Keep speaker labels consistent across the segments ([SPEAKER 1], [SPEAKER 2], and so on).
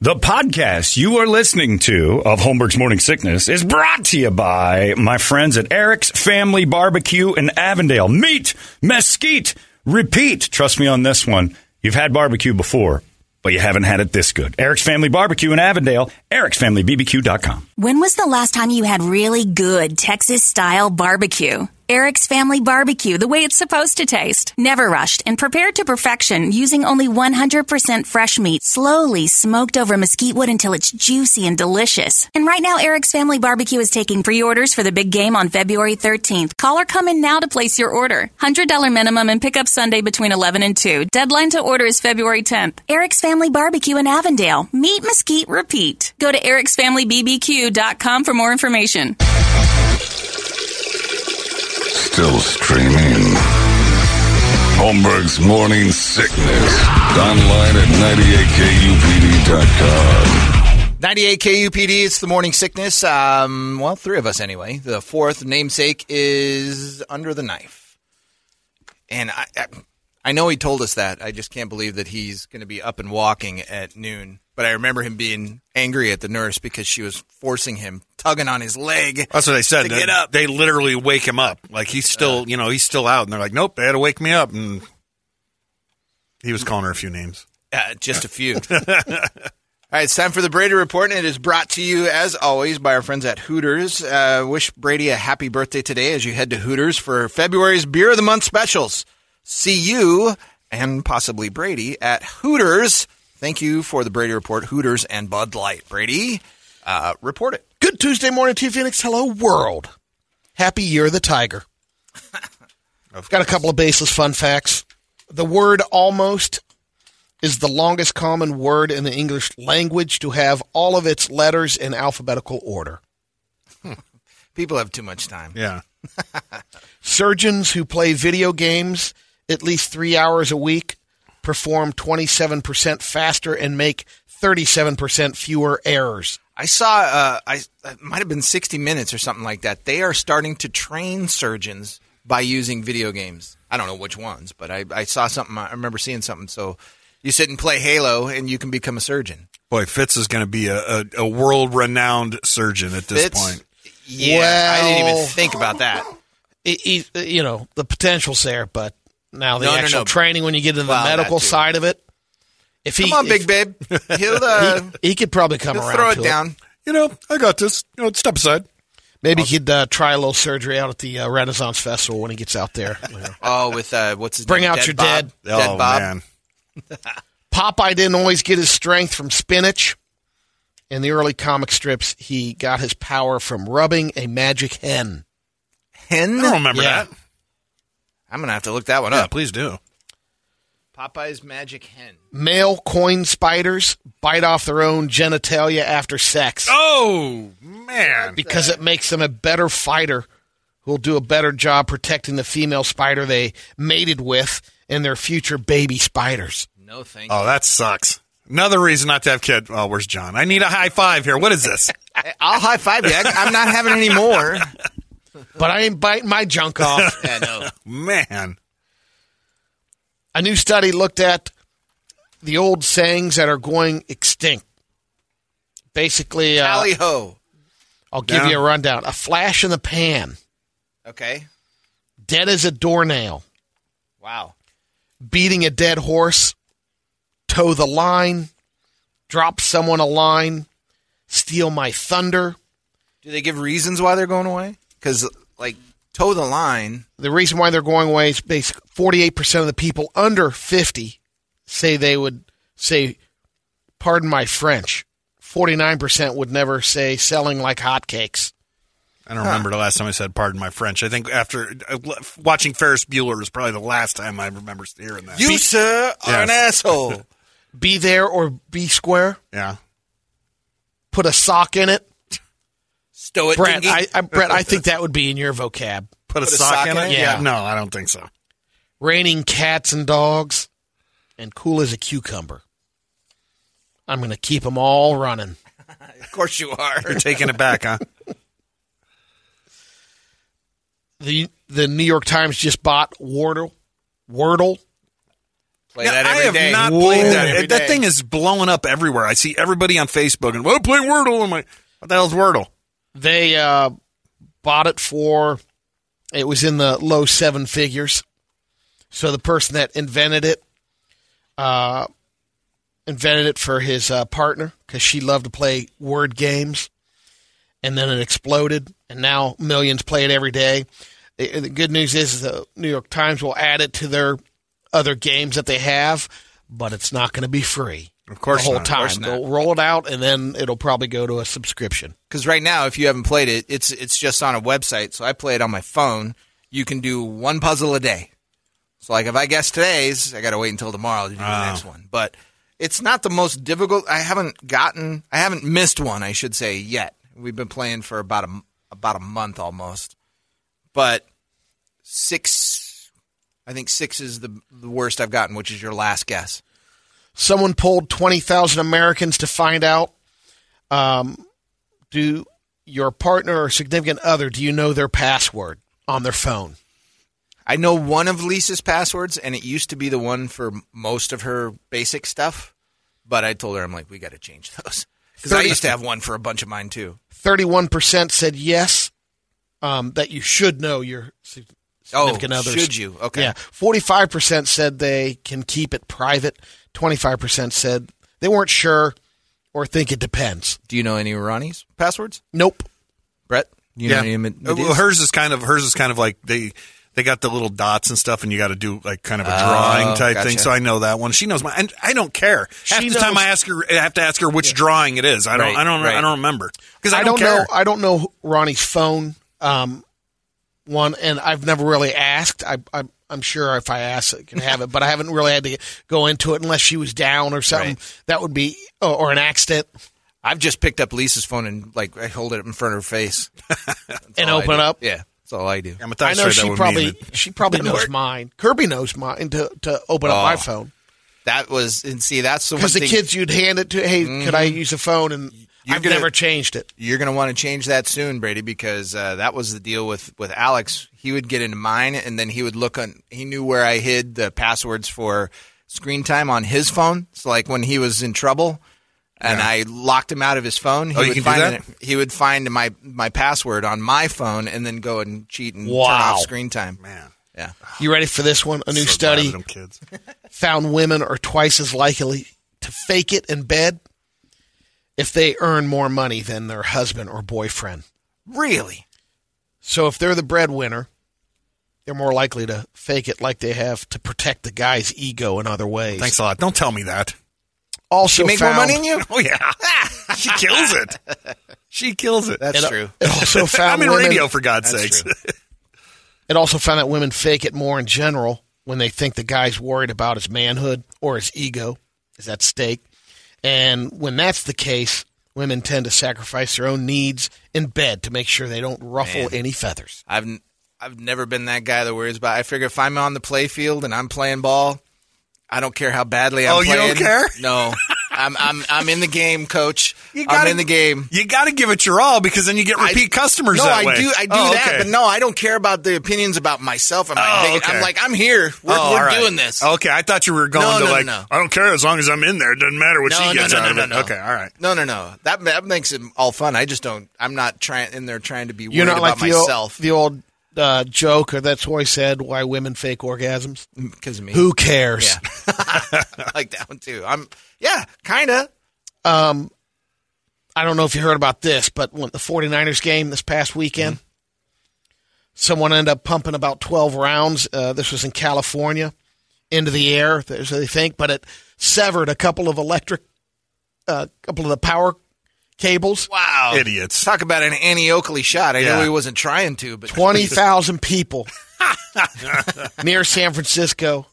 [SPEAKER 1] The podcast you are listening to of Holmberg's Morning Sickness is brought to you by my friends at Eric's Family Barbecue in Avondale. Meat, mesquite, repeat. Trust me on this one. You've had barbecue before, but you haven't had it this good. Eric's Family Barbecue in Avondale, ericsfamilybbq.com.
[SPEAKER 2] When was the last time you had really good Texas style barbecue? Eric's Family Barbecue, the way it's supposed to taste. Never rushed and prepared to perfection using only 100% fresh meat, slowly smoked over mesquite wood until it's juicy and delicious. And right now, Eric's Family Barbecue is taking pre orders for the big game on February 13th. Call or come in now to place your order. $100 minimum and pick up Sunday between 11 and 2. Deadline to order is February 10th. Eric's Family Barbecue in Avondale. Meet, mesquite, repeat. Go to ericsfamilybbq.com for more information.
[SPEAKER 3] Still streaming. Holmberg's Morning Sickness. Online at 98kupd.com.
[SPEAKER 4] 98 KUPD, it's the morning sickness. Um, well, three of us anyway. The fourth namesake is under the knife. And I, I, I know he told us that. I just can't believe that he's going to be up and walking at noon. But I remember him being angry at the nurse because she was forcing him, tugging on his leg.
[SPEAKER 5] That's what they said.
[SPEAKER 4] To
[SPEAKER 5] They-
[SPEAKER 4] get up.
[SPEAKER 5] They literally wake him up. Like he's still, you know, he's still out, and they're like, "Nope, they had to wake me up." And he was calling her a few names.
[SPEAKER 4] Uh, just a few. All right, it's time for the Brady Report, and it is brought to you, as always, by our friends at Hooters. Uh, wish Brady a happy birthday today as you head to Hooters for February's Beer of the Month specials. See you and possibly Brady at Hooters. Thank you for the Brady Report, Hooters and Bud Light. Brady, uh, report it.
[SPEAKER 6] Good Tuesday morning to you, Phoenix. Hello, world. Happy Year of the Tiger. I've got a couple of baseless fun facts. The word almost is the longest common word in the English language to have all of its letters in alphabetical order.
[SPEAKER 4] People have too much time.
[SPEAKER 5] Yeah,
[SPEAKER 6] Surgeons who play video games at least three hours a week perform 27% faster and make 37% fewer errors.
[SPEAKER 4] I saw. Uh, I it might have been sixty minutes or something like that. They are starting to train surgeons by using video games. I don't know which ones, but I, I saw something. I remember seeing something. So you sit and play Halo, and you can become a surgeon.
[SPEAKER 5] boy, Fitz is going to be a, a, a world-renowned surgeon at this
[SPEAKER 4] Fitz?
[SPEAKER 5] point.
[SPEAKER 4] Yeah, I didn't even
[SPEAKER 6] Well-
[SPEAKER 4] think about that.
[SPEAKER 6] it, it, you know the potential's there, but now the
[SPEAKER 4] No, no,
[SPEAKER 6] actual
[SPEAKER 4] no.
[SPEAKER 6] training when you get into the
[SPEAKER 4] Well, that
[SPEAKER 6] medical
[SPEAKER 4] too.
[SPEAKER 6] side of it, if he
[SPEAKER 4] Come on, Big
[SPEAKER 6] if-
[SPEAKER 4] Babe. He'll, uh,
[SPEAKER 6] he could probably come
[SPEAKER 4] he'll
[SPEAKER 6] around.
[SPEAKER 4] throw
[SPEAKER 6] to
[SPEAKER 4] it down.
[SPEAKER 5] You know, I got this. You know, step aside.
[SPEAKER 6] Maybe he'd uh, try a little surgery out at the uh, Renaissance Festival when he gets out there. you know.
[SPEAKER 4] Oh, with uh, what's his
[SPEAKER 6] Bring
[SPEAKER 4] name?
[SPEAKER 6] out your
[SPEAKER 4] Bob?
[SPEAKER 6] dead.
[SPEAKER 4] Dead
[SPEAKER 5] oh
[SPEAKER 4] Bob.
[SPEAKER 5] man,
[SPEAKER 6] Popeye didn't always get his strength from spinach. In the early comic strips, he got his power from rubbing a magic hen.
[SPEAKER 4] Hen.
[SPEAKER 5] I don't remember
[SPEAKER 6] Yeah.
[SPEAKER 5] that. Ah.
[SPEAKER 4] I'm gonna have to look that one
[SPEAKER 5] Yeah,
[SPEAKER 4] up.
[SPEAKER 5] please do.
[SPEAKER 4] Popeye's magic hen.
[SPEAKER 6] Male coin spiders bite off their own genitalia after sex.
[SPEAKER 5] Oh man,
[SPEAKER 6] because it makes them a better fighter who'll do a better job protecting the female spider they mated with and their future baby spiders.
[SPEAKER 4] No thank you.
[SPEAKER 5] oh that sucks. Another reason not to have kids. Oh, where's John? I need a high five here. What is this?
[SPEAKER 4] I'll high five you. I- I'm not having any more.
[SPEAKER 6] But I ain't biting my junk off.
[SPEAKER 4] Yeah, no.
[SPEAKER 5] man,
[SPEAKER 6] a new study looked at the old sayings that are going extinct. Basically, uh,
[SPEAKER 4] Tally ho.
[SPEAKER 6] I'll give
[SPEAKER 5] Yeah.
[SPEAKER 6] you a rundown. A flash in the pan,
[SPEAKER 4] Okay.
[SPEAKER 6] dead as a doornail,
[SPEAKER 4] Wow.
[SPEAKER 6] beating a dead horse, toe the line, drop someone a line, steal my thunder.
[SPEAKER 4] Do they give reasons why they're going away? Because like toe the line.
[SPEAKER 6] the reason why they're going away is basically 48% of the people under 50 say they would say, pardon my French. 49% would never say selling like hotcakes.
[SPEAKER 5] I don't remember the last time I said "pardon my French." I think after uh, watching Ferris Bueller is probably the last time I remember hearing that.
[SPEAKER 4] You sir are an asshole.
[SPEAKER 6] Be there or be square.
[SPEAKER 5] yeah,
[SPEAKER 6] Put a sock in it.
[SPEAKER 4] Stow it,
[SPEAKER 6] Brett,
[SPEAKER 4] dingy.
[SPEAKER 6] I, I, Brett, I think that would be in your vocab.
[SPEAKER 5] put, a,
[SPEAKER 4] Put
[SPEAKER 5] sock, in it.
[SPEAKER 6] Yeah.
[SPEAKER 5] no, I don't think so.
[SPEAKER 6] Raining cats and dogs and cool as a cucumber. I'm going to keep them all running.
[SPEAKER 4] of course you are.
[SPEAKER 5] You're taking it back, huh?
[SPEAKER 6] The, the New York Times just bought Wordle. Wordle.
[SPEAKER 4] Play
[SPEAKER 5] Yeah,
[SPEAKER 4] that every
[SPEAKER 5] I have
[SPEAKER 4] day.
[SPEAKER 5] not
[SPEAKER 4] Whoa.
[SPEAKER 5] played that.
[SPEAKER 4] Every
[SPEAKER 5] that
[SPEAKER 4] day.
[SPEAKER 5] thing is blowing up everywhere. I see everybody on Facebook and, well, play Wordle. I'm like, what the hell's Wordle?
[SPEAKER 6] They uh, bought it for, it was in the low seven figures. So the person that invented it, uh, invented it for his uh, partner because she loved to play word games. And then it exploded, and now millions play it every day. The the good news is the New York Times will add it to their other games that they have, but it's not going to be free.
[SPEAKER 5] Of course
[SPEAKER 6] the whole
[SPEAKER 5] not. Of
[SPEAKER 6] time.
[SPEAKER 5] course
[SPEAKER 6] They'll roll it out, and then it'll probably go to a subscription.
[SPEAKER 4] Because right now, if you haven't played it, it's it's just on a website. So I play it on my phone. You can do one puzzle a day. So like if I guess today's, I got to wait until tomorrow to do the next one. But it's not the most difficult. I haven't gotten, I haven't missed one, I should say, yet. We've been playing for about a m- about a month almost. But six, I think six is the the worst I've gotten, which is your last guess.
[SPEAKER 6] Someone polled 20,000 Americans to find out um, do your partner or significant other, do you know their password on their phone?
[SPEAKER 4] I know one of Lisa's passwords, and it used to be the one for m- most of her basic stuff. But I told her, I'm like, we got to change those because I
[SPEAKER 6] Thirty-
[SPEAKER 4] used to have one for a bunch of mine too.
[SPEAKER 6] 31% said yes, um, that you should know your sig-
[SPEAKER 4] Oh,
[SPEAKER 6] significant other.
[SPEAKER 4] should you? Okay.
[SPEAKER 6] Yeah. 45% said they can keep it private. 25% said they weren't sure or think it depends.
[SPEAKER 4] Do you know any Ronnie's passwords,
[SPEAKER 6] Nope.
[SPEAKER 4] Brett? You know any Mid-
[SPEAKER 5] Uh, well,
[SPEAKER 4] Medea's?
[SPEAKER 5] hers is kind of hers is kind of like they they got the little dots and stuff, and you got to do like kind of a drawing type
[SPEAKER 4] Oh, gotcha.
[SPEAKER 5] thing. So I know that one. She knows my, and I don't care. Half
[SPEAKER 6] She
[SPEAKER 5] the time
[SPEAKER 6] knows-
[SPEAKER 5] I ask her, I have to ask her which drawing it is. I don't,
[SPEAKER 4] Right,
[SPEAKER 5] I don't,
[SPEAKER 4] right.
[SPEAKER 5] I don't remember because I,
[SPEAKER 6] I don't
[SPEAKER 5] care.
[SPEAKER 6] know. I don't know Ronnie's phone um, one, and I've never really asked. I, I, I'm sure if I ask, I can have it, but I haven't really had to go into it unless she was down or something. That would be or, or an accident
[SPEAKER 4] I've just picked up Lisa's phone and like I hold it up in front of her face
[SPEAKER 6] and
[SPEAKER 4] All I
[SPEAKER 6] open
[SPEAKER 4] do.
[SPEAKER 6] up.
[SPEAKER 4] Yeah, that's all I do.
[SPEAKER 5] I'm a
[SPEAKER 6] I know
[SPEAKER 5] that
[SPEAKER 6] she
[SPEAKER 5] would
[SPEAKER 6] probably
[SPEAKER 5] mean it.
[SPEAKER 6] she probably knows mine. Kirby knows mine to to open up my
[SPEAKER 4] Oh.
[SPEAKER 6] phone
[SPEAKER 4] That was and see that's the one
[SPEAKER 6] because the
[SPEAKER 4] thing-
[SPEAKER 6] kids you'd hand it to. Hey, could I use a phone? And
[SPEAKER 4] You're
[SPEAKER 6] I've
[SPEAKER 4] gonna-
[SPEAKER 6] never changed it.
[SPEAKER 4] you're going to want to change that soon, Brady, because uh, that was the deal with with Alex. He would get into mine, and then he would look on. He knew where I hid the passwords for screen time on his phone. So, like when he was in trouble, and I locked him out of his phone, he
[SPEAKER 5] Oh, you
[SPEAKER 4] would
[SPEAKER 5] can do
[SPEAKER 4] find
[SPEAKER 5] that?
[SPEAKER 4] it- he would find my my password on my phone, and then go and cheat and turn
[SPEAKER 6] Wow.
[SPEAKER 4] off screen time.
[SPEAKER 5] Man,
[SPEAKER 4] Yeah,
[SPEAKER 6] You ready for this one? A new
[SPEAKER 5] so
[SPEAKER 6] study.
[SPEAKER 5] glad of them kids.
[SPEAKER 6] found women are twice as likely to fake it in bed if they earn more money than their husband or boyfriend.
[SPEAKER 4] really.
[SPEAKER 6] So if they're the breadwinner, they're more likely to fake it like they have to protect the guy's ego in other ways.
[SPEAKER 5] Thanks a lot. Don't tell me that.
[SPEAKER 6] Also
[SPEAKER 4] You make
[SPEAKER 6] found,
[SPEAKER 4] more money than you.
[SPEAKER 5] Oh yeah, she kills it. She kills it. uh,
[SPEAKER 4] That's
[SPEAKER 6] it,
[SPEAKER 4] true.
[SPEAKER 6] It also
[SPEAKER 5] I'm
[SPEAKER 6] found
[SPEAKER 5] in
[SPEAKER 6] women,
[SPEAKER 5] radio for God's
[SPEAKER 4] That's
[SPEAKER 5] sakes.
[SPEAKER 4] true.
[SPEAKER 6] It also found that women fake it more in general when they think the guy's worried about his manhood or his ego is at stake. And when that's the case, women tend to sacrifice their own needs in bed to make sure they don't ruffle any feathers.
[SPEAKER 4] I've n- I've never been that guy that worries about. I figure if I'm on the play field and I'm playing ball, I don't care how badly I'm
[SPEAKER 5] Oh, you
[SPEAKER 4] playing.
[SPEAKER 5] don't care?
[SPEAKER 4] No, I'm I'm I'm in the game, coach.
[SPEAKER 5] You
[SPEAKER 4] I'm
[SPEAKER 5] gotta-
[SPEAKER 4] in the game.
[SPEAKER 5] You got to give it your all because then you get repeat
[SPEAKER 4] I-
[SPEAKER 5] customers.
[SPEAKER 4] No,
[SPEAKER 5] that
[SPEAKER 4] I
[SPEAKER 5] way.
[SPEAKER 4] do I do
[SPEAKER 5] Oh,
[SPEAKER 4] that,
[SPEAKER 5] okay.
[SPEAKER 4] but no, I don't care about the opinions about myself. and my
[SPEAKER 5] Oh,
[SPEAKER 4] big-
[SPEAKER 5] okay.
[SPEAKER 4] I'm like I'm here. We're,
[SPEAKER 5] Oh, all
[SPEAKER 4] we're
[SPEAKER 5] right.
[SPEAKER 4] doing this.
[SPEAKER 5] Okay, I thought you were going
[SPEAKER 4] No,
[SPEAKER 5] to
[SPEAKER 4] no,
[SPEAKER 5] like.
[SPEAKER 4] no.
[SPEAKER 5] I don't care as long as I'm in there. It doesn't matter what
[SPEAKER 4] No,
[SPEAKER 5] she
[SPEAKER 4] no,
[SPEAKER 5] gets
[SPEAKER 4] no,
[SPEAKER 5] out
[SPEAKER 4] no,
[SPEAKER 5] of
[SPEAKER 4] no,
[SPEAKER 5] it.
[SPEAKER 4] no.
[SPEAKER 5] Okay, all right.
[SPEAKER 4] No, no, no. That, that makes it all fun. I just don't. I'm not trying in there trying to be
[SPEAKER 6] You're
[SPEAKER 4] worried
[SPEAKER 6] not like
[SPEAKER 4] about
[SPEAKER 6] the old,
[SPEAKER 4] myself
[SPEAKER 6] the old uh, joke, or that's why I said why women fake orgasms.
[SPEAKER 4] because of me.
[SPEAKER 6] Who cares?
[SPEAKER 4] Yeah. I like that one too. I'm yeah, kind of.
[SPEAKER 6] Um, I don't know if you heard about this, but when the 49ers game this past weekend, someone ended up pumping about 12 rounds. Uh, this was in California into the air, as they think, but it severed a couple of electric, uh, couple of the power cables.
[SPEAKER 4] Wow,
[SPEAKER 5] Idiots.
[SPEAKER 4] Talk about an Annie Oakley shot. I know
[SPEAKER 5] Yeah.
[SPEAKER 4] he wasn't trying to, but
[SPEAKER 6] 20,000 people near San Francisco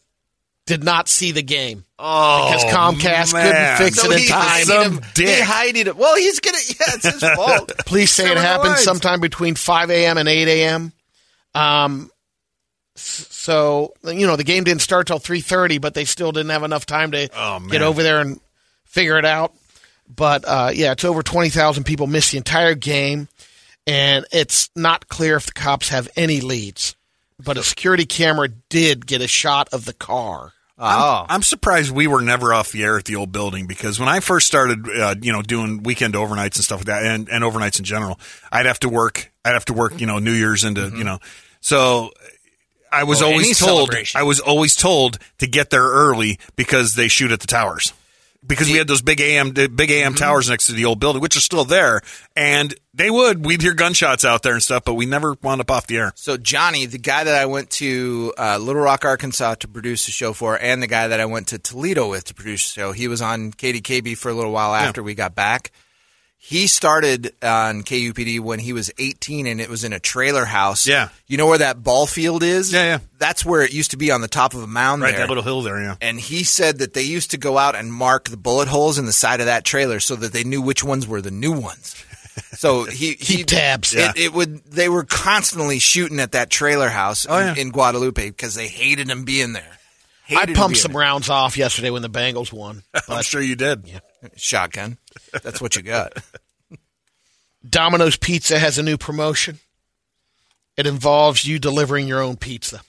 [SPEAKER 6] did not see the game
[SPEAKER 5] Oh,
[SPEAKER 6] because Comcast
[SPEAKER 5] man.
[SPEAKER 6] couldn't fix
[SPEAKER 4] So
[SPEAKER 6] it in
[SPEAKER 4] he
[SPEAKER 6] time.
[SPEAKER 4] hided
[SPEAKER 5] Some
[SPEAKER 4] him. He
[SPEAKER 5] dick.
[SPEAKER 4] hided it. Well, he's gonna. Yeah, it's his fault.
[SPEAKER 6] Police say it
[SPEAKER 5] Seven
[SPEAKER 6] happened
[SPEAKER 5] lives.
[SPEAKER 6] sometime between 5 a.m. and 8 a.m. Um, s- so you know the game didn't start till 3:30, but they still didn't have enough time to
[SPEAKER 5] Oh, man.
[SPEAKER 6] get over there and figure it out. But uh, yeah, it's over 20,000 people missed the entire game, and it's not clear if the cops have any leads. But a security camera did get a shot of the car.
[SPEAKER 4] Oh.
[SPEAKER 5] I'm surprised we were never off the air at the old building because when I first started, uh, you know, doing weekend overnights and stuff like that, and, and overnights in general, I'd have to work. I'd have to work, you know, New Year's into, you know, so I was
[SPEAKER 4] Mm-hmm. Oh, any
[SPEAKER 5] always told.
[SPEAKER 4] celebration.
[SPEAKER 5] I was always told to get there early because they shoot at the towers. Because we had those big AM the big AM
[SPEAKER 4] Mm-hmm.
[SPEAKER 5] towers next to the old building, which are still there, and they would we'd hear gunshots out there and stuff, but we never wound up off the air.
[SPEAKER 4] So Johnny, the guy that I went to uh, Little Rock, Arkansas to produce the show for, and the guy that I went to Toledo with to produce the show, he was on KDKB for a little while after we got back. He started on KUPD when he was 18, and it was in a trailer house.
[SPEAKER 5] Yeah.
[SPEAKER 4] you know where that ball field is?
[SPEAKER 5] Yeah, yeah.
[SPEAKER 4] That's where it used to be on the top of a mound.
[SPEAKER 5] Right,
[SPEAKER 4] there.
[SPEAKER 5] that little hill there, yeah.
[SPEAKER 4] And he said that they used to go out and mark the bullet holes in the side of that trailer so that they knew which ones were the new ones. So he he
[SPEAKER 6] Keep tabs.
[SPEAKER 4] It, it would they were constantly shooting at that trailer house in,
[SPEAKER 5] yeah.
[SPEAKER 4] in Guadalupe because they hated him being there.
[SPEAKER 6] I
[SPEAKER 4] Hated him
[SPEAKER 6] pumped
[SPEAKER 4] being
[SPEAKER 6] some rounds off yesterday when the Bengals won.
[SPEAKER 5] I'm sure you did.
[SPEAKER 4] there. shotgun. That's what you got.
[SPEAKER 6] Domino's Pizza has a new promotion. It involves you delivering your own pizza.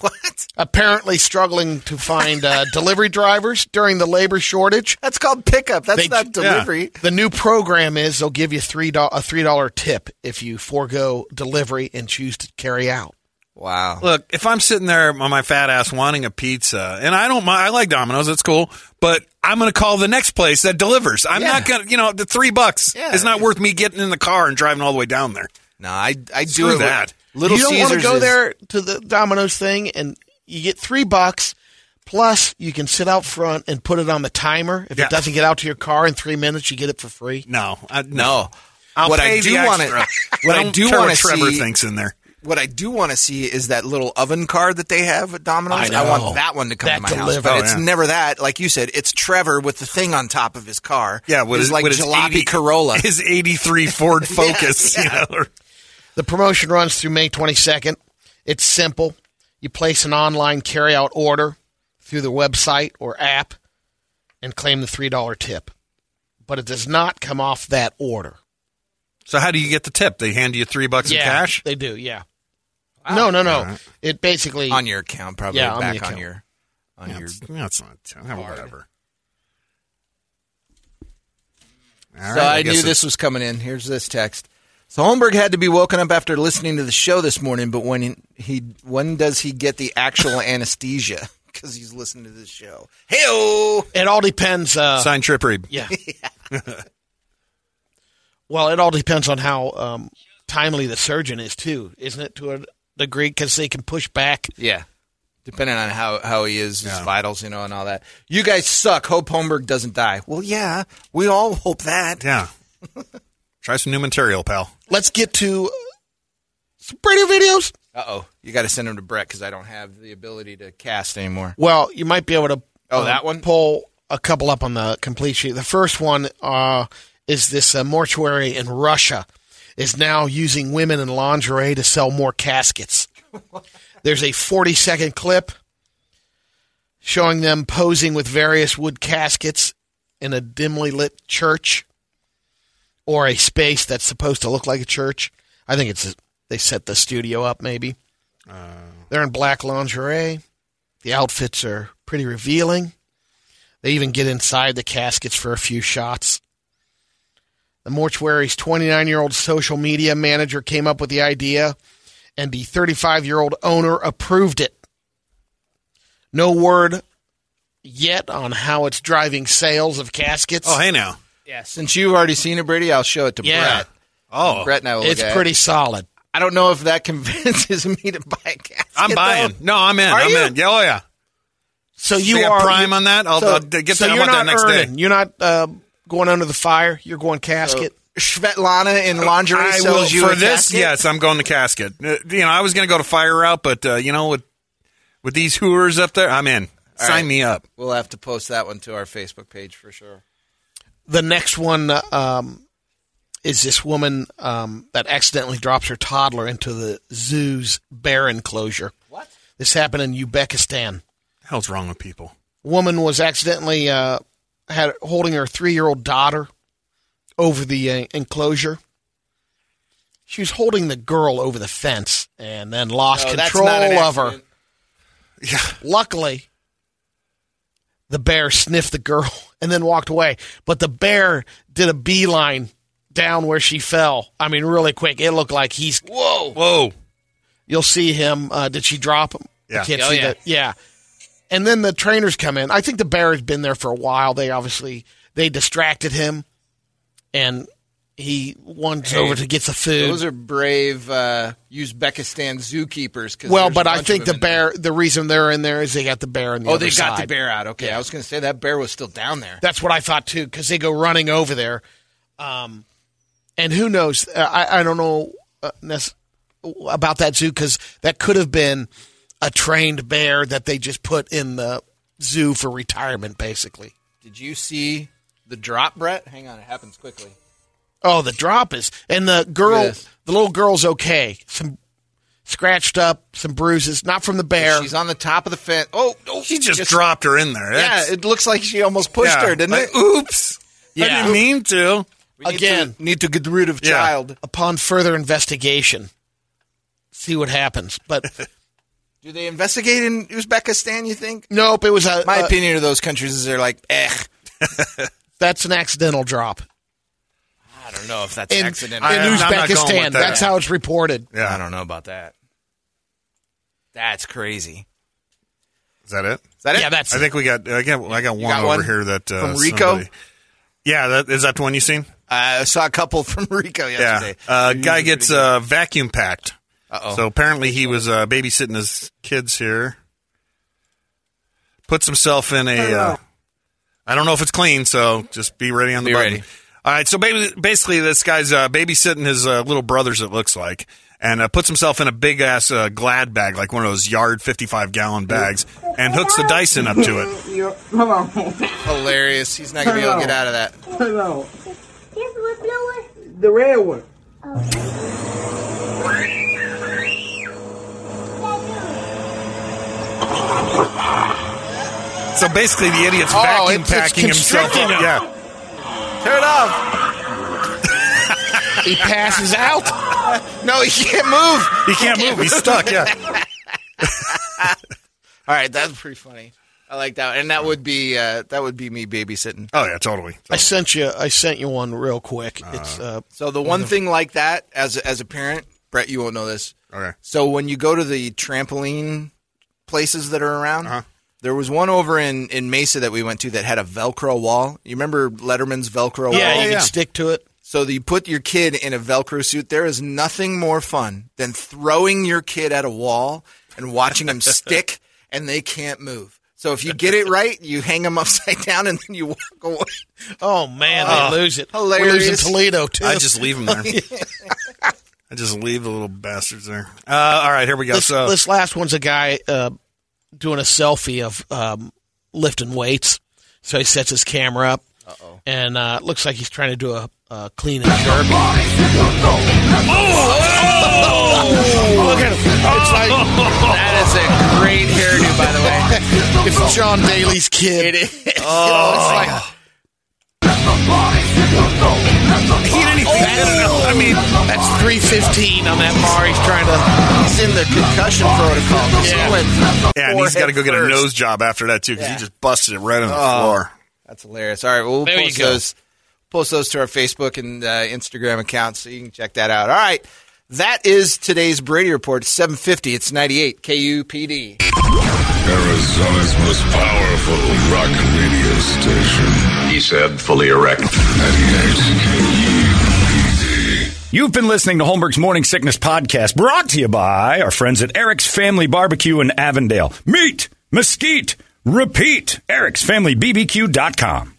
[SPEAKER 4] what?
[SPEAKER 6] Apparently, struggling to find uh, delivery drivers during the labor shortage.
[SPEAKER 4] That's called pickup. That's
[SPEAKER 6] They-
[SPEAKER 4] not delivery.
[SPEAKER 6] The new program is they'll give you three do- a three dollar tip if you forego delivery and choose to carry out.
[SPEAKER 4] Wow.
[SPEAKER 5] Look, if I'm sitting there on my fat ass wanting a pizza, and I don't mind, I like Domino's, that's cool, but I'm going to call the next place that delivers. I'm not going to, you know, the three bucks
[SPEAKER 4] Yeah.
[SPEAKER 5] is not worth me getting in the car and driving all the way down there.
[SPEAKER 4] no, I I do
[SPEAKER 5] Screw
[SPEAKER 4] it with-
[SPEAKER 5] that.
[SPEAKER 4] Little
[SPEAKER 6] you don't
[SPEAKER 4] Caesars
[SPEAKER 6] want to go
[SPEAKER 4] is-
[SPEAKER 6] there to the Domino's thing and you get three bucks. Plus, you can sit out front and put it on the timer. If
[SPEAKER 5] Yeah.
[SPEAKER 6] it doesn't get out to your car in three minutes, you get it for free.
[SPEAKER 5] No, I,
[SPEAKER 4] No.
[SPEAKER 5] I'll
[SPEAKER 4] what
[SPEAKER 5] pay
[SPEAKER 4] I do
[SPEAKER 5] the
[SPEAKER 4] want
[SPEAKER 5] extra.
[SPEAKER 4] to what I
[SPEAKER 5] don't
[SPEAKER 4] do
[SPEAKER 5] care
[SPEAKER 4] want
[SPEAKER 5] what
[SPEAKER 4] to
[SPEAKER 5] Trevor
[SPEAKER 4] see
[SPEAKER 5] thinks in there.
[SPEAKER 4] what I do want to see is that little oven car that they have at Domino's.
[SPEAKER 6] I know.
[SPEAKER 4] want that one to come
[SPEAKER 6] That
[SPEAKER 4] to my house,
[SPEAKER 6] delivered.
[SPEAKER 4] but
[SPEAKER 5] Oh,
[SPEAKER 4] it's
[SPEAKER 5] yeah.
[SPEAKER 4] never that. Like you said, it's Trevor with the thing on top of his car.
[SPEAKER 5] Yeah, with
[SPEAKER 4] it's
[SPEAKER 5] his-
[SPEAKER 4] like
[SPEAKER 5] with his
[SPEAKER 4] jalopy
[SPEAKER 5] 80
[SPEAKER 4] Corolla.
[SPEAKER 5] His 83 Ford Focus,
[SPEAKER 4] yeah.
[SPEAKER 5] you know. or-
[SPEAKER 6] The promotion runs through May 22nd. It's simple. You place an online carryout order through the website or app and claim the $3 tip. But it does not come off that order.
[SPEAKER 5] So how do you get the tip? They hand you three bucks in cash?
[SPEAKER 6] They do, yeah. No, no, no. It basically
[SPEAKER 4] on your account, probably
[SPEAKER 6] Yeah, on
[SPEAKER 4] back
[SPEAKER 6] the
[SPEAKER 4] on
[SPEAKER 6] account.
[SPEAKER 4] your on
[SPEAKER 5] Yeah,
[SPEAKER 4] your.
[SPEAKER 5] it's- yeah, it's not, yeah, whatever. All
[SPEAKER 4] So
[SPEAKER 5] right,
[SPEAKER 4] I,
[SPEAKER 5] guess
[SPEAKER 4] knew
[SPEAKER 5] it-
[SPEAKER 4] this was coming in. Here's this text. So Holmberg had to be woken up after listening to the show this morning, but when he when does he get the actual anesthesia? Because he's listening to this show. Heyo.
[SPEAKER 6] it all depends uh
[SPEAKER 5] Sign Trip Reed.
[SPEAKER 6] yeah. well, it all depends on how um, timely the surgeon is too, isn't it to a degree cuz they can push back
[SPEAKER 4] Yeah. Depending on how, how he is, his vitals, you know, and all that. You guys suck. Hope Holmberg doesn't die. Well, yeah, we all hope that.
[SPEAKER 5] Yeah. Try some new material, pal.
[SPEAKER 6] Let's get to some radio videos.
[SPEAKER 4] Uh oh. You got to send him to Brett because I don't have the ability to cast anymore.
[SPEAKER 6] Well, you might be able to.
[SPEAKER 4] Oh, that one?
[SPEAKER 6] Um, Pull a couple up on the complete sheet. The first one uh, is this uh, mortuary in Russia is now using women in lingerie to sell more caskets. There's a 40 second clip showing them posing with various wood caskets in a dimly lit church or a space that's supposed to look like a church. I think it's they set the studio up maybe.
[SPEAKER 4] Oh.
[SPEAKER 6] They're in black lingerie. The outfits are pretty revealing. They even get inside the caskets for a few shots. The mortuary's 29 year old social media manager came up with the idea, and the 35 year old owner approved it. No word yet on how it's driving sales of caskets.
[SPEAKER 5] Oh, hey now.
[SPEAKER 4] Since you've already seen it, Brady, I'll show it to
[SPEAKER 6] Yeah.
[SPEAKER 4] Brett.
[SPEAKER 5] Oh,
[SPEAKER 4] Brett and I will
[SPEAKER 6] it's
[SPEAKER 4] look at
[SPEAKER 6] pretty
[SPEAKER 4] it.
[SPEAKER 6] solid.
[SPEAKER 4] I don't know if that convinces me to buy a casket.
[SPEAKER 5] I'm buying.
[SPEAKER 4] though.
[SPEAKER 5] No, I'm in.
[SPEAKER 4] Are
[SPEAKER 5] I'm
[SPEAKER 4] you?
[SPEAKER 5] in. Yeah, oh yeah.
[SPEAKER 6] So you
[SPEAKER 5] They got
[SPEAKER 6] are
[SPEAKER 5] prime on that. I'll, I'll get
[SPEAKER 6] so
[SPEAKER 5] that. I
[SPEAKER 6] you're
[SPEAKER 5] want that
[SPEAKER 6] not
[SPEAKER 5] next
[SPEAKER 6] earning.
[SPEAKER 5] day.
[SPEAKER 6] You're not uh, going under the fire. You're going casket.
[SPEAKER 4] Svetlana in lingerie
[SPEAKER 5] I
[SPEAKER 4] sells
[SPEAKER 5] will
[SPEAKER 4] you
[SPEAKER 5] for
[SPEAKER 4] a
[SPEAKER 5] this.
[SPEAKER 4] casket?
[SPEAKER 5] Yes, I'm going to casket. Uh, you know, I was going to go to fire route, but uh, you know, with with these hooers up there, I'm in. Sign
[SPEAKER 4] right.
[SPEAKER 5] me up.
[SPEAKER 4] We'll have to post that one to our Facebook page for sure.
[SPEAKER 6] the next one uh, um, is this woman um, that accidentally drops her toddler into the zoo's bear enclosure. What? This happened in Uzbekistan.
[SPEAKER 5] Hell's wrong with people?
[SPEAKER 6] Woman was accidentally uh, had holding her three year old daughter over the uh, enclosure. She was holding the girl over the fence and then lost
[SPEAKER 4] No, Oh, that's
[SPEAKER 6] control
[SPEAKER 4] not an
[SPEAKER 6] of her.
[SPEAKER 4] accident.
[SPEAKER 5] Yeah,
[SPEAKER 6] Luckily, the bear sniffed the girl and then walked away. But the bear did a beeline down where she fell. I mean, really quick. It looked like he's. Whoa.
[SPEAKER 5] Whoa.
[SPEAKER 6] You'll see him. Uh, did she drop him?
[SPEAKER 5] Yeah.
[SPEAKER 6] I can't
[SPEAKER 7] Oh,
[SPEAKER 6] see
[SPEAKER 7] yeah.
[SPEAKER 6] that. Yeah. And then the trainers come in. I think the bear has been there for a while. They obviously they distracted him, and he runs over to get the food.
[SPEAKER 4] Those are brave uh, Uzbekistan zookeepers. 'cause
[SPEAKER 6] well,
[SPEAKER 4] there's a
[SPEAKER 6] but I
[SPEAKER 4] bunch
[SPEAKER 6] think
[SPEAKER 4] of
[SPEAKER 6] the
[SPEAKER 4] them in there.
[SPEAKER 6] bear. The reason they're in there is they got the bear in the.
[SPEAKER 4] Oh,
[SPEAKER 6] other
[SPEAKER 4] they got the
[SPEAKER 6] side.
[SPEAKER 4] bear out. Okay, I was going to say that bear was still down there.
[SPEAKER 6] That's what I thought too, because they go running over there, um, and who knows? Uh, I I don't know uh, nec- about that zoo because that could have been a trained bear that they just put in the zoo for retirement, basically.
[SPEAKER 4] Did you see the drop, Brett? Hang on, it happens quickly.
[SPEAKER 6] Oh, the drop is and the girl,
[SPEAKER 4] Yes.
[SPEAKER 6] the little girl's okay. Some scratched up, some bruises, not from the bear.
[SPEAKER 4] She's on the top of the fence. Oh, oh
[SPEAKER 5] He just, dropped her in there.
[SPEAKER 4] Yeah,
[SPEAKER 5] That's-
[SPEAKER 4] it looks like she almost pushed
[SPEAKER 5] yeah.
[SPEAKER 4] her, didn't
[SPEAKER 5] Like,
[SPEAKER 4] it?
[SPEAKER 5] Oops. I
[SPEAKER 6] Yeah.
[SPEAKER 5] didn't mean to.
[SPEAKER 4] We need
[SPEAKER 6] Again.
[SPEAKER 4] to, need to get rid of
[SPEAKER 5] Yeah.
[SPEAKER 4] child.
[SPEAKER 6] Upon further investigation, see what happens. But
[SPEAKER 4] Do they investigate in Uzbekistan? You think?
[SPEAKER 6] nope, it was a, uh,
[SPEAKER 4] My
[SPEAKER 6] a-
[SPEAKER 4] opinion of those countries is they're like, eh.
[SPEAKER 6] that's an accidental drop.
[SPEAKER 4] I don't know if that's
[SPEAKER 6] in,
[SPEAKER 4] accidental.
[SPEAKER 6] in
[SPEAKER 5] I- I'm not going with
[SPEAKER 6] Uzbekistan.
[SPEAKER 5] that.
[SPEAKER 6] That's how it's reported.
[SPEAKER 5] Yeah.
[SPEAKER 4] I don't know about that. That's crazy.
[SPEAKER 5] Is that it?
[SPEAKER 4] Is that it?
[SPEAKER 6] Yeah, that's
[SPEAKER 5] I think we got I got I got one
[SPEAKER 4] got
[SPEAKER 5] over
[SPEAKER 4] one?
[SPEAKER 5] here that uh,
[SPEAKER 4] From Rico?
[SPEAKER 5] somebody- yeah, that, is that the one you seen?
[SPEAKER 4] I saw a couple from Rico yesterday.
[SPEAKER 5] Yeah, uh,
[SPEAKER 4] These
[SPEAKER 5] guy
[SPEAKER 4] are
[SPEAKER 5] gets
[SPEAKER 4] pretty good.
[SPEAKER 5] uh, vacuum packed.
[SPEAKER 4] Uh-oh.
[SPEAKER 5] So apparently he was uh, babysitting his kids here. Puts himself in a. Uh, I don't know if it's clean, so just be ready on the
[SPEAKER 4] Be
[SPEAKER 5] button.
[SPEAKER 4] ready.
[SPEAKER 5] All right, so ba- basically this guy's uh, babysitting his uh, little brothers. It looks like. And uh, puts himself in a big ass uh, Glad bag, like one of those yard fifty-five gallon bags, and hooks the Dyson up to it.
[SPEAKER 8] You're, hello.
[SPEAKER 4] hilarious. He's not gonna be able to get out of that.
[SPEAKER 8] Hello.
[SPEAKER 9] Here's the whistleblower.
[SPEAKER 8] The red one.
[SPEAKER 5] So basically, the idiot's
[SPEAKER 6] Oh,
[SPEAKER 5] vacuum
[SPEAKER 6] it's- it's
[SPEAKER 5] packing himself.
[SPEAKER 6] constricting
[SPEAKER 5] Up.
[SPEAKER 6] him.
[SPEAKER 5] Yeah,
[SPEAKER 4] Turn it off.
[SPEAKER 6] He passes out.
[SPEAKER 4] No, he can't move.
[SPEAKER 5] he can't move. He's stuck. Yeah,
[SPEAKER 4] All right, that's pretty funny. I like that, and that would be uh, that would be me babysitting.
[SPEAKER 5] oh yeah, totally.
[SPEAKER 6] I sent you. I sent you one real quick. it's uh,
[SPEAKER 4] So the one thing like that, as as a parent, Brett, you won't know this.
[SPEAKER 5] Okay.
[SPEAKER 4] So when you go to the trampoline places that are around,
[SPEAKER 6] Uh-huh.
[SPEAKER 4] there was one over in in Mesa that we went to that had a Velcro wall. You remember Letterman's Velcro
[SPEAKER 6] yeah.
[SPEAKER 4] wall?
[SPEAKER 6] you can stick to it.
[SPEAKER 4] So that you put your kid in a Velcro suit. There is nothing more fun than throwing your kid at a wall and watching him stick and they can't move. So if you get it right, you hang them upside down and then you walk away.
[SPEAKER 6] Oh man, they lose it. We're losing
[SPEAKER 4] hilarious.
[SPEAKER 6] Toledo too.
[SPEAKER 5] Uh, I just leave them there. I just leave the little bastards there. Uh, all right, here we go.
[SPEAKER 6] this,
[SPEAKER 5] so
[SPEAKER 6] this last one's a guy uh, doing a selfie of um, lifting weights. So he sets his camera up, Uh-oh. and uh, it looks like he's trying to do a, a clean and jerk.
[SPEAKER 4] Oh!
[SPEAKER 6] Look at him. It's like
[SPEAKER 4] That is a great hairdo, by the way.
[SPEAKER 6] it's John Daly's kid.
[SPEAKER 4] It is. Oh, it's like
[SPEAKER 5] he didn't even get it out. I mean,
[SPEAKER 6] That's 315 on that bar. He's trying to.
[SPEAKER 4] he's in the concussion protocol.
[SPEAKER 6] Yeah.
[SPEAKER 5] yeah, and he's got to go get a
[SPEAKER 4] Forehead first.
[SPEAKER 5] nose job after that too because he
[SPEAKER 4] Yeah. Oh.
[SPEAKER 5] just busted it right on the floor.
[SPEAKER 4] That's hilarious. All right, we'll
[SPEAKER 6] There you
[SPEAKER 4] post
[SPEAKER 6] go.
[SPEAKER 4] those post those to our Facebook and uh, Instagram accounts so you can check that out. All right. That is today's Brady report. It's 750. It's 98 KUPD.
[SPEAKER 3] Arizona's most powerful rock radio station.
[SPEAKER 10] He said, fully erect.
[SPEAKER 3] 98 KUPD.
[SPEAKER 1] You've been listening to Holmberg's Morning Sickness Podcast, brought to you by our friends at Eric's Family Barbecue in Avondale. Meet, mesquite, repeat. Eric'sFamilyBBQ.com.